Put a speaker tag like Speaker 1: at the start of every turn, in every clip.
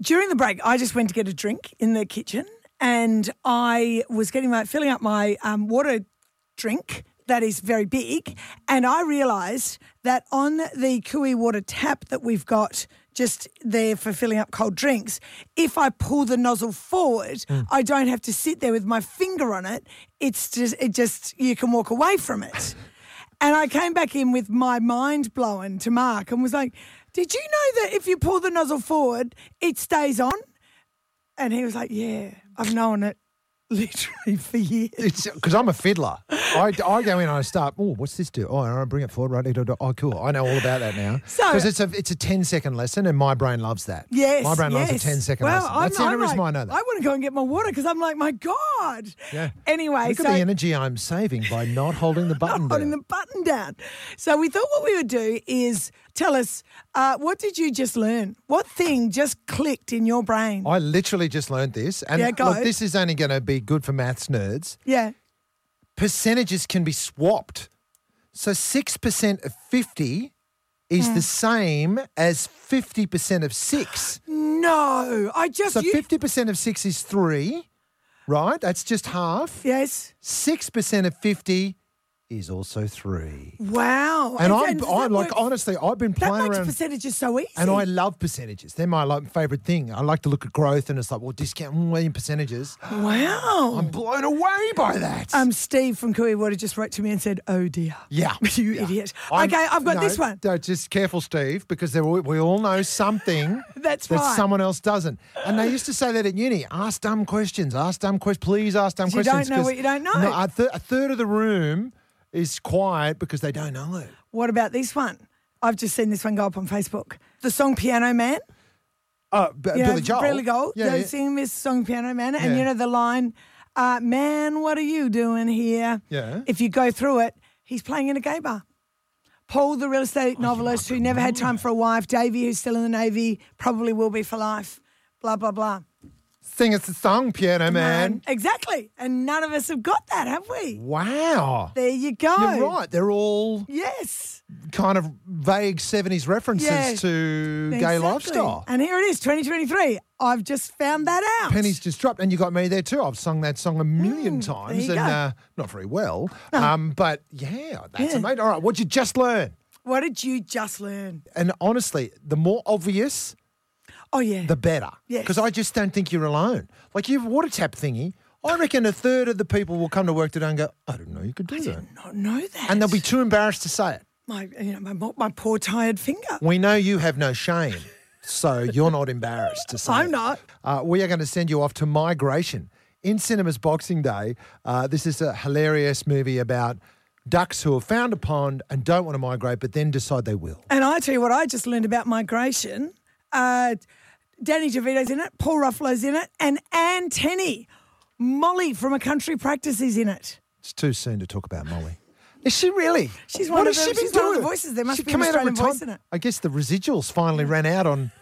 Speaker 1: during the break, I just went to get a drink in the kitchen, and I was getting my filling up my um, water drink that is very big, and I realised that on the Kui water tap that we've got. Just there for filling up cold drinks. If I pull the nozzle forward, I don't have to sit there with my finger on it. It's just, it just you can walk away from it. And I came back in with my mind blown to Mark and was like, Did you know that if you pull the nozzle forward, it stays on? And he was like, Yeah, I've known it literally for years.
Speaker 2: It's because I'm a fiddler. I, I go in and I start. Oh, what's this do? Oh, and I bring it forward. Right. da, da, da. Oh, cool. I know all about that now.
Speaker 1: So-
Speaker 2: because it's a it's a 10 second lesson, and my brain loves that.
Speaker 1: Yes.
Speaker 2: my brain
Speaker 1: yes.
Speaker 2: loves a 10 second
Speaker 1: well,
Speaker 2: lesson.
Speaker 1: I'm,
Speaker 2: That's the
Speaker 1: I'm
Speaker 2: only reason
Speaker 1: like,
Speaker 2: why I know that.
Speaker 1: I want to go and get my water because I'm like, My God.
Speaker 2: Yeah.
Speaker 1: Anyway,
Speaker 2: Look
Speaker 1: so
Speaker 2: at the energy I'm saving by not holding the button.
Speaker 1: not holding
Speaker 2: down.
Speaker 1: the button down. So we thought what we would do is tell us uh, what did you just learn? What thing just clicked in your brain?
Speaker 2: I literally just learned this, and
Speaker 1: Yeah, go.
Speaker 2: look, this is only going to be good for maths nerds.
Speaker 1: yeah.
Speaker 2: percentages can be swapped. So 6% of 50 is
Speaker 1: Mm.
Speaker 2: the same as 50% of 6.
Speaker 1: No, I just
Speaker 2: So
Speaker 1: you-
Speaker 2: 50% of 6 is 3, right? That's just half.
Speaker 1: yes.
Speaker 2: 6% of 50 is also 3.
Speaker 1: Wow.
Speaker 2: And
Speaker 1: Is-
Speaker 2: I'm,
Speaker 1: does
Speaker 2: I'm
Speaker 1: that
Speaker 2: like,
Speaker 1: work-
Speaker 2: honestly, I've been
Speaker 1: that
Speaker 2: playing
Speaker 1: makes
Speaker 2: around.
Speaker 1: percentages so easy.
Speaker 2: And I love percentages. They're my like, favorite thing. I like to look at growth and it's like, well, discount mm, in percentages.
Speaker 1: wow.
Speaker 2: I'm blown away by that.
Speaker 1: um, Steve from Kui Water just wrote to me and said, "Oh dear,
Speaker 2: Yeah.
Speaker 1: you
Speaker 2: Yeah.
Speaker 1: idiot."
Speaker 2: I'm-
Speaker 1: okay, I've got
Speaker 2: no,
Speaker 1: this one.
Speaker 2: no, just careful, Steve, because there, we all know something
Speaker 1: That's
Speaker 2: that
Speaker 1: right.
Speaker 2: someone else doesn't. And they used to say that at uni ask dumb questions, ask dumb questions, please ask dumb
Speaker 1: You don't
Speaker 2: questions.
Speaker 1: know
Speaker 2: 'cause-
Speaker 1: what you don't know.
Speaker 2: No, a, th- a third of the room is quiet because they don't know it.
Speaker 1: What about this one? I've just seen this one go up on Facebook. The song Piano Man.
Speaker 2: Oh, B-
Speaker 1: You know,
Speaker 2: Billy Joel.
Speaker 1: Uh, Billy Joel.
Speaker 2: Yeah,
Speaker 1: they
Speaker 2: yeah.
Speaker 1: sing this song Piano oh, Man, and
Speaker 2: Yeah.
Speaker 1: you know the line, uh, "Man, what are you doing here?"
Speaker 2: Yeah.
Speaker 1: If you go through it, he's playing in a gay bar. Paul, the real
Speaker 2: Oh,
Speaker 1: estate novelist who never had time for a wife. Davy, who's still in the navy, probably will be for life. Blah blah blah.
Speaker 2: Sing us a song, piano man.
Speaker 1: exactly. And none of us have got that, have we?
Speaker 2: Wow.
Speaker 1: There you go.
Speaker 2: You're right. They're all
Speaker 1: Yes.
Speaker 2: kind of vague 70s references
Speaker 1: Yeah.
Speaker 2: to gay
Speaker 1: exactly.
Speaker 2: lifestyle.
Speaker 1: And here it is, 2023. I've just found that out.
Speaker 2: Pennies just dropped, and you got me there too. I've sung that song a million
Speaker 1: Mm,
Speaker 2: times,
Speaker 1: you
Speaker 2: and
Speaker 1: go. Oh.
Speaker 2: uh, not very well. Um, but yeah, that's
Speaker 1: Yeah.
Speaker 2: amazing. All right, what'd you just learn?
Speaker 1: What did you just learn?
Speaker 2: And honestly, the more obvious,
Speaker 1: Oh, yeah.
Speaker 2: the better.
Speaker 1: Yes.
Speaker 2: Because I just don't think you're alone. Like your water tap thingy, I reckon a third of the people will come to work today and go, "I didn't know you could do that,"
Speaker 1: not know that.
Speaker 2: and they'll be too embarrassed to say it.
Speaker 1: my, you know, my, mo- my poor tired finger.
Speaker 2: We know you have no shame, so you're not embarrassed to say.
Speaker 1: I'm
Speaker 2: it.
Speaker 1: not.
Speaker 2: Uh, we are going to send you off to Migration in cinemas Boxing Day. Uh, this is a hilarious movie about ducks who have found a pond and don't want to migrate, but then decide they will.
Speaker 1: And I tell you what, I just learned about migration. Uh, Danny DeVito's in it, Paul Ruffalo's in it, and Anne Tenney, Molly from A Country Practice is in it.
Speaker 2: It's too soon to talk about Molly. Is she really?
Speaker 1: She's
Speaker 2: What
Speaker 1: one of
Speaker 2: has
Speaker 1: the-
Speaker 2: she been
Speaker 1: she's one of the
Speaker 2: doing?
Speaker 1: voices. There must
Speaker 2: She
Speaker 1: be an
Speaker 2: come out of
Speaker 1: Australian
Speaker 2: retire-
Speaker 1: voice in it.
Speaker 2: I guess the residuals finally ran out on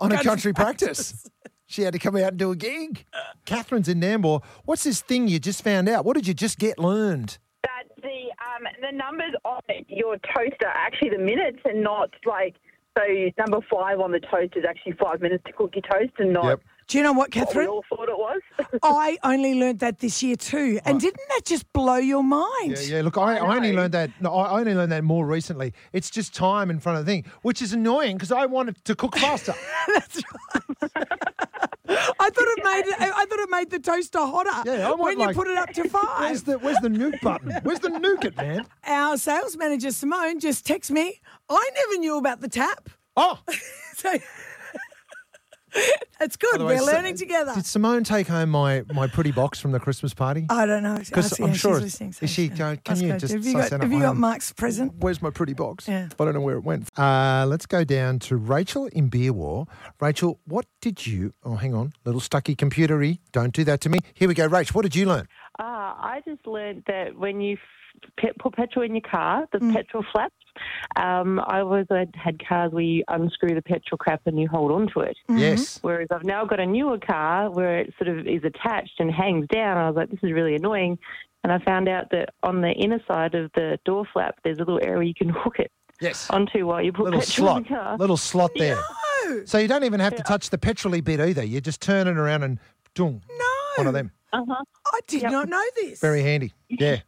Speaker 2: on a country practice. She had to come out and do a gig. Catherine's in Nambour. What's this thing you just found out? What did you just get learned?
Speaker 3: that the um, the numbers on your toaster are actually the minutes and not like so number five on the toast is actually five minutes to cook your toast and not
Speaker 2: Yep.
Speaker 1: Do you know what,
Speaker 3: what we
Speaker 1: Catherine?
Speaker 3: all thought it was.
Speaker 1: I only learned that this year too. And didn't that just blow your mind?
Speaker 2: Yeah, yeah. Look, I, I only learned that. No, I only learned that more recently. It's just time in front of the thing, which is annoying because I wanted to cook faster.
Speaker 1: I thought it made it, I thought it made the toaster hotter
Speaker 2: Yeah, I want,
Speaker 1: when
Speaker 2: like-
Speaker 1: you put it up to five.
Speaker 2: where's the Where's the nuke button? Where's the nuke it, man?
Speaker 1: Our sales manager Simone just texted me. I never knew about the tap.
Speaker 2: Oh,
Speaker 1: So that's good. We're learning together.
Speaker 2: uh, Did Simone take home my my pretty box from the Christmas party?
Speaker 1: I don't know.
Speaker 2: Because
Speaker 1: Ask- yeah,
Speaker 2: I'm
Speaker 1: she's
Speaker 2: sure.
Speaker 1: listening, so
Speaker 2: is she? uh,
Speaker 1: yeah.
Speaker 2: Can
Speaker 1: Ask
Speaker 2: you
Speaker 1: her,
Speaker 2: just
Speaker 1: Have you
Speaker 2: suss
Speaker 1: got,
Speaker 2: that
Speaker 1: have
Speaker 2: up?
Speaker 1: you got
Speaker 2: Um,
Speaker 1: Mark's present?
Speaker 2: Where's my pretty box?
Speaker 1: Yeah.
Speaker 2: I don't know where it went. Uh, let's go down to Rachel in Beer War. Rachel, what did you? Oh, hang on, little stucky computery. Don't do that to me. Here we go, Rach. What did you learn?
Speaker 4: Ah, I just learned that when you f- pe- put petrol in your car, the
Speaker 2: Mm.
Speaker 4: petrol flaps. Um, I always had- had cars where you unscrew the petrol crap and you hold on to it.
Speaker 2: Mm.
Speaker 1: Mm-hmm.
Speaker 2: Yes.
Speaker 4: Whereas I've now got a newer car where it sort of is attached and hangs down. I was like, this is really annoying. And I found out that on the inner side of the door flap, there's a little area you can hook it
Speaker 2: Yes.
Speaker 4: onto while you put
Speaker 2: little
Speaker 4: petrol
Speaker 2: slot,
Speaker 4: in the car.
Speaker 2: little slot there.
Speaker 1: No.
Speaker 2: So you don't even have to touch the petrol bit either. You just turn it around and dung. One of them.
Speaker 1: I did not know this.
Speaker 2: Very handy. Yeah.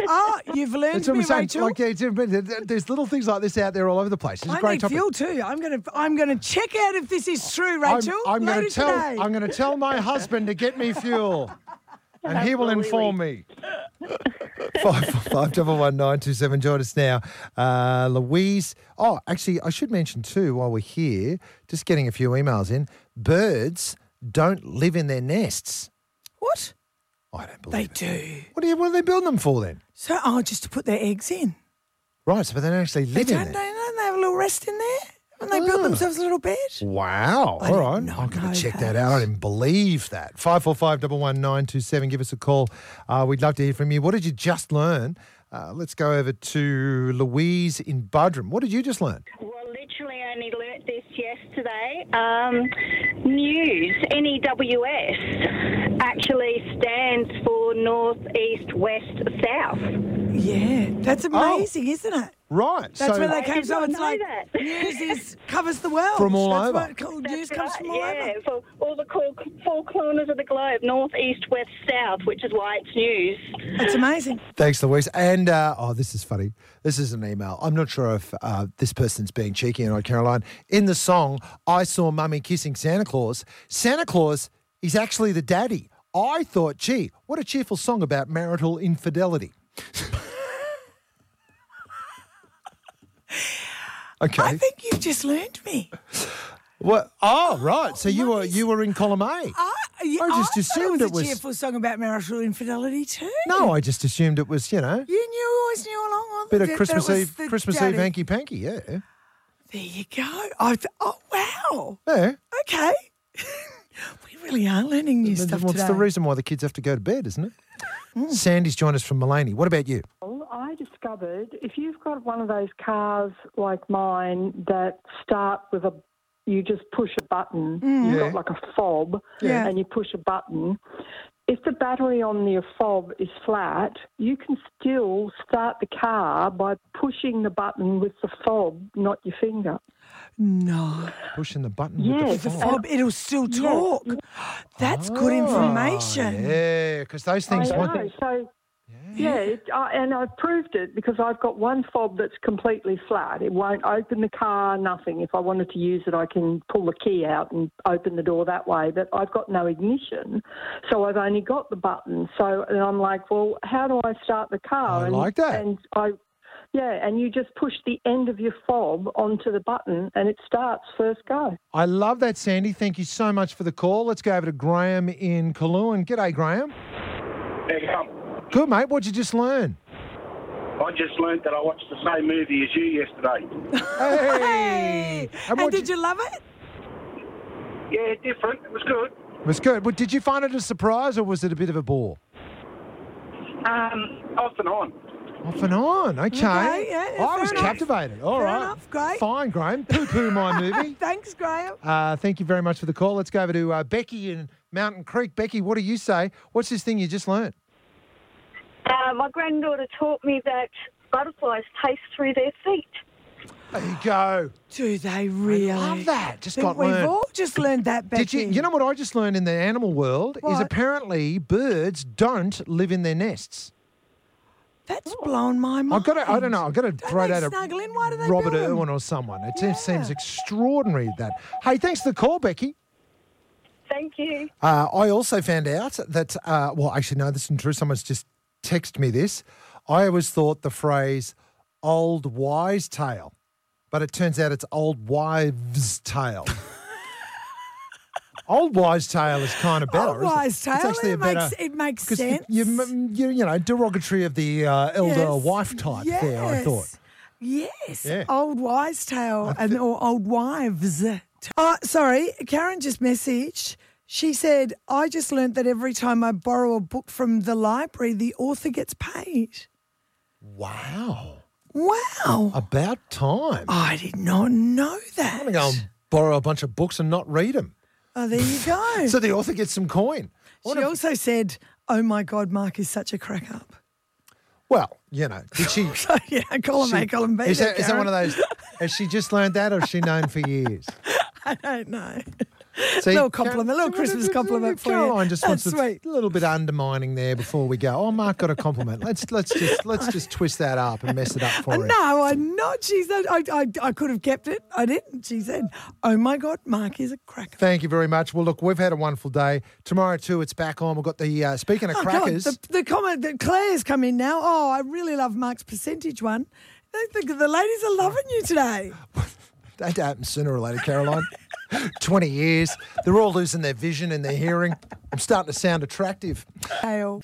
Speaker 1: Oh, you've learned
Speaker 2: That's
Speaker 1: me,
Speaker 2: what I'm saying.
Speaker 1: Rachel.
Speaker 2: Like, yeah, it's- but th- th- there's little things like this out there all over the place. It's a
Speaker 1: I
Speaker 2: great
Speaker 1: need
Speaker 2: topic.
Speaker 1: fuel too. I'm gonna I'm gonna check out if this is true,
Speaker 2: I'm-
Speaker 1: Rachel.
Speaker 2: I'm, going
Speaker 1: later
Speaker 2: to tell.
Speaker 1: today.
Speaker 2: I'm going to tell my husband to get me fuel, and he will inform me. five four five double one nine two seven. Join us now, uh, Louise. Oh, actually, I should mention too while we're here, just getting a few emails in. Birds don't live in their nests.
Speaker 1: what?
Speaker 2: I don't believe
Speaker 1: They
Speaker 2: it.
Speaker 1: do.
Speaker 2: What are, you, what are they building them for then?
Speaker 1: So oh just to put their eggs in.
Speaker 2: Right, so but they don't actually live
Speaker 1: Don't
Speaker 2: in
Speaker 1: they,
Speaker 2: there.
Speaker 1: don't they have a little rest in there? And they built
Speaker 2: Oh.
Speaker 1: themselves a little bed.
Speaker 2: Wow.
Speaker 1: I
Speaker 2: All
Speaker 1: did
Speaker 2: right.
Speaker 1: not
Speaker 2: I'm going
Speaker 1: know
Speaker 2: to check that
Speaker 1: that.
Speaker 2: out. I didn't believe that. 545 Give us a call. Uh, we'd love to hear from you. What did you just learn? Uh, let's go over to Louise in Budrum. What did you just learn?
Speaker 5: Well, literally only learnt this yesterday. Um, news, NEWS, actually stands for North, East, West, South.
Speaker 1: Yeah. That's
Speaker 2: Oh.
Speaker 1: amazing, isn't it?
Speaker 2: Right.
Speaker 1: That's
Speaker 2: so
Speaker 1: where they came
Speaker 5: did
Speaker 1: from.
Speaker 5: not
Speaker 1: It's
Speaker 5: know
Speaker 1: like
Speaker 5: that.
Speaker 1: news is covers the world.
Speaker 2: From all
Speaker 1: That's
Speaker 2: over.
Speaker 1: What it called, news comes
Speaker 5: right,
Speaker 1: from all
Speaker 5: yeah,
Speaker 1: over.
Speaker 5: for all the cor- four corners of the globe, North, East, West, South, which is why it's news.
Speaker 1: That's amazing.
Speaker 2: Thanks, Louise. And uh, oh, this is funny. This is an email. I'm not sure if uh, this person's being cheeky or not, Caroline. In the song, I saw Mummy kissing Santa Claus. Santa Claus is actually the daddy. I thought, gee, what a cheerful song about marital infidelity. okay.
Speaker 1: I think you've just learned me.
Speaker 2: What? Oh, right. So you were you were in column A.
Speaker 1: I, yeah,
Speaker 2: I just
Speaker 1: thought
Speaker 2: assumed
Speaker 1: it was,
Speaker 2: it was-
Speaker 1: a cheerful song about marital infidelity too.
Speaker 2: No, I just assumed it was you know
Speaker 1: You knew, always knew all along.
Speaker 2: bit
Speaker 1: that-
Speaker 2: of
Speaker 1: that
Speaker 2: Christmas
Speaker 1: was
Speaker 2: Eve
Speaker 1: the
Speaker 2: Christmas Eve
Speaker 1: daddy.
Speaker 2: hanky panky. Yeah.
Speaker 1: There you go. I th- oh, wow.
Speaker 2: Yeah.
Speaker 1: Okay. we really are learning new
Speaker 2: Then
Speaker 1: stuff
Speaker 2: What's
Speaker 1: today. Mm.
Speaker 2: the reason why the kids have to go to bed, isn't it? Sandy's joined us from Mullaney. What about you?
Speaker 4: Well, I discovered if you've got one of those cars like mine that start with a, you just push a button,
Speaker 1: Mm.
Speaker 4: you've
Speaker 2: Yeah.
Speaker 4: got like a fob,
Speaker 1: Yeah.
Speaker 4: and you push a button. If the battery on your fob is flat, you can still start the car by pushing the button with the fob, not your finger.
Speaker 1: No.
Speaker 2: Pushing the button
Speaker 4: Yeah,
Speaker 2: with
Speaker 4: it's
Speaker 2: the
Speaker 4: a
Speaker 2: phone.
Speaker 5: Oh.
Speaker 2: Ah,
Speaker 1: Bob, it'll still talk. That's good information.
Speaker 2: Oh, Yeah, because those things.
Speaker 4: I
Speaker 2: one-
Speaker 4: know. So, yeah, it, I and I've proved it because I've got one fob that's completely flat. It won't open the car, nothing. If I wanted to use it, I can pull the key out and open the door that way. But I've got no ignition, so I've only got the button. So, and I'm like, well, how do I start the car?
Speaker 2: I
Speaker 4: and,
Speaker 2: like that.
Speaker 4: And I. Yeah, and you just push the end of your fob onto the button and it starts first go.
Speaker 2: I love that, Sandy. Thank you so much for the call. Let's go over to Graham in Kaloon. G'day, Graham.
Speaker 6: There you come.
Speaker 2: Good, mate. What'd you just learn?
Speaker 6: I just learnt that I watched the same movie as you yesterday.
Speaker 1: Hey.
Speaker 2: And
Speaker 1: And,
Speaker 2: what
Speaker 1: did
Speaker 2: you-
Speaker 1: you love it?
Speaker 6: Yeah, different. It was good.
Speaker 2: It was good. Well, did you find it a surprise or was it a bit of a bore?
Speaker 6: Um, off and on.
Speaker 2: Off and on. Okay.
Speaker 1: Okay, yeah, yeah,
Speaker 2: I
Speaker 1: fair
Speaker 2: was
Speaker 1: enough.
Speaker 2: captivated. All
Speaker 1: Fair
Speaker 2: right.
Speaker 1: enough, great.
Speaker 2: Fine, Graham. Poo poo my movie.
Speaker 1: Thanks, Graham.
Speaker 2: Uh, thank you very much for the call. Let's go over to uh, Becky in Mountain Creek. Becky, what do you say? What's this thing you just learnt?
Speaker 7: Uh, my granddaughter taught me that butterflies taste through their feet.
Speaker 2: There you go.
Speaker 1: Do they really?
Speaker 2: Love that. Just
Speaker 1: Think
Speaker 2: got
Speaker 1: we've
Speaker 2: learned.
Speaker 1: all just learned that, Becky.
Speaker 2: Did you? You know what I just learned in the animal world is
Speaker 1: What?
Speaker 2: apparently birds don't live in their nests.
Speaker 1: That's blown my mind.
Speaker 2: I've got to, I don't know. I've got to throw
Speaker 1: they
Speaker 2: that at
Speaker 1: snuggle in? Why do they
Speaker 2: Robert
Speaker 1: build 'em?
Speaker 2: Irwin or someone. It just seems extraordinary that. Hey, thanks for the call, Becky.
Speaker 7: Thank you.
Speaker 2: Uh, I also found out that, uh, well, actually, no, this isn't true. Someone's just texted me this. I always thought the phrase old wise tale, but it turns out it's old wives' tale. old wise tale is kind of better.
Speaker 1: Old
Speaker 2: isn't it?
Speaker 1: wise
Speaker 2: It's
Speaker 1: tale,
Speaker 2: actually a
Speaker 1: it makes-
Speaker 2: better-
Speaker 1: it makes
Speaker 2: 'cause you-
Speaker 1: sense.
Speaker 2: You, m- you, you know, derogatory of the uh, elder
Speaker 1: Yes.
Speaker 2: wife type there, I thought.
Speaker 1: Yes. Yes,
Speaker 2: Yeah.
Speaker 1: old wives' tale and or old wives. t- Oh, sorry, Karen just messaged. She said, "I just learnt that every time I borrow a book from the library, the author gets paid."
Speaker 2: Wow.
Speaker 1: Wow,
Speaker 2: About time.
Speaker 1: I did not know that.
Speaker 2: I'm going to go and borrow a bunch of books and not read them.
Speaker 1: Oh, there you go.
Speaker 2: So the author gets some coin. I
Speaker 1: she
Speaker 2: wonder if-
Speaker 1: also said, "Oh my God, Mark is such a crack up."
Speaker 2: Well, you know, did she?
Speaker 1: So yeah, column A,
Speaker 2: she-
Speaker 1: column B.
Speaker 2: Is
Speaker 1: there,
Speaker 2: that, is that one of
Speaker 1: Karen.
Speaker 2: those? Has she just learned that, or has she known for years?
Speaker 1: I don't know.
Speaker 2: See,
Speaker 1: little compliment, little
Speaker 2: Car-
Speaker 1: Christmas compliment for you.
Speaker 2: Caroline just wants
Speaker 1: That's
Speaker 2: to-
Speaker 1: sweet.
Speaker 2: a little bit undermining there before we go. Oh, Mark got a compliment. Let's let's just let's just twist that up and mess it up for him.
Speaker 1: No, I'm not. She said I, I, I could have kept it. I didn't. She said, "Oh my God, Mark is a cracker."
Speaker 2: Thank you very much. Well, look, we've had a wonderful day. Tomorrow too, it's back on. We've got the uh, speaking of
Speaker 1: Oh, God,
Speaker 2: crackers.
Speaker 1: the, the comment that Claire's come in now. Oh, I really love Mark's percentage one. The, the, the ladies are loving you today.
Speaker 2: That happens sooner or later, Caroline. 20 years. They're all losing their vision and their hearing. I'm starting to sound attractive.
Speaker 1: Dale.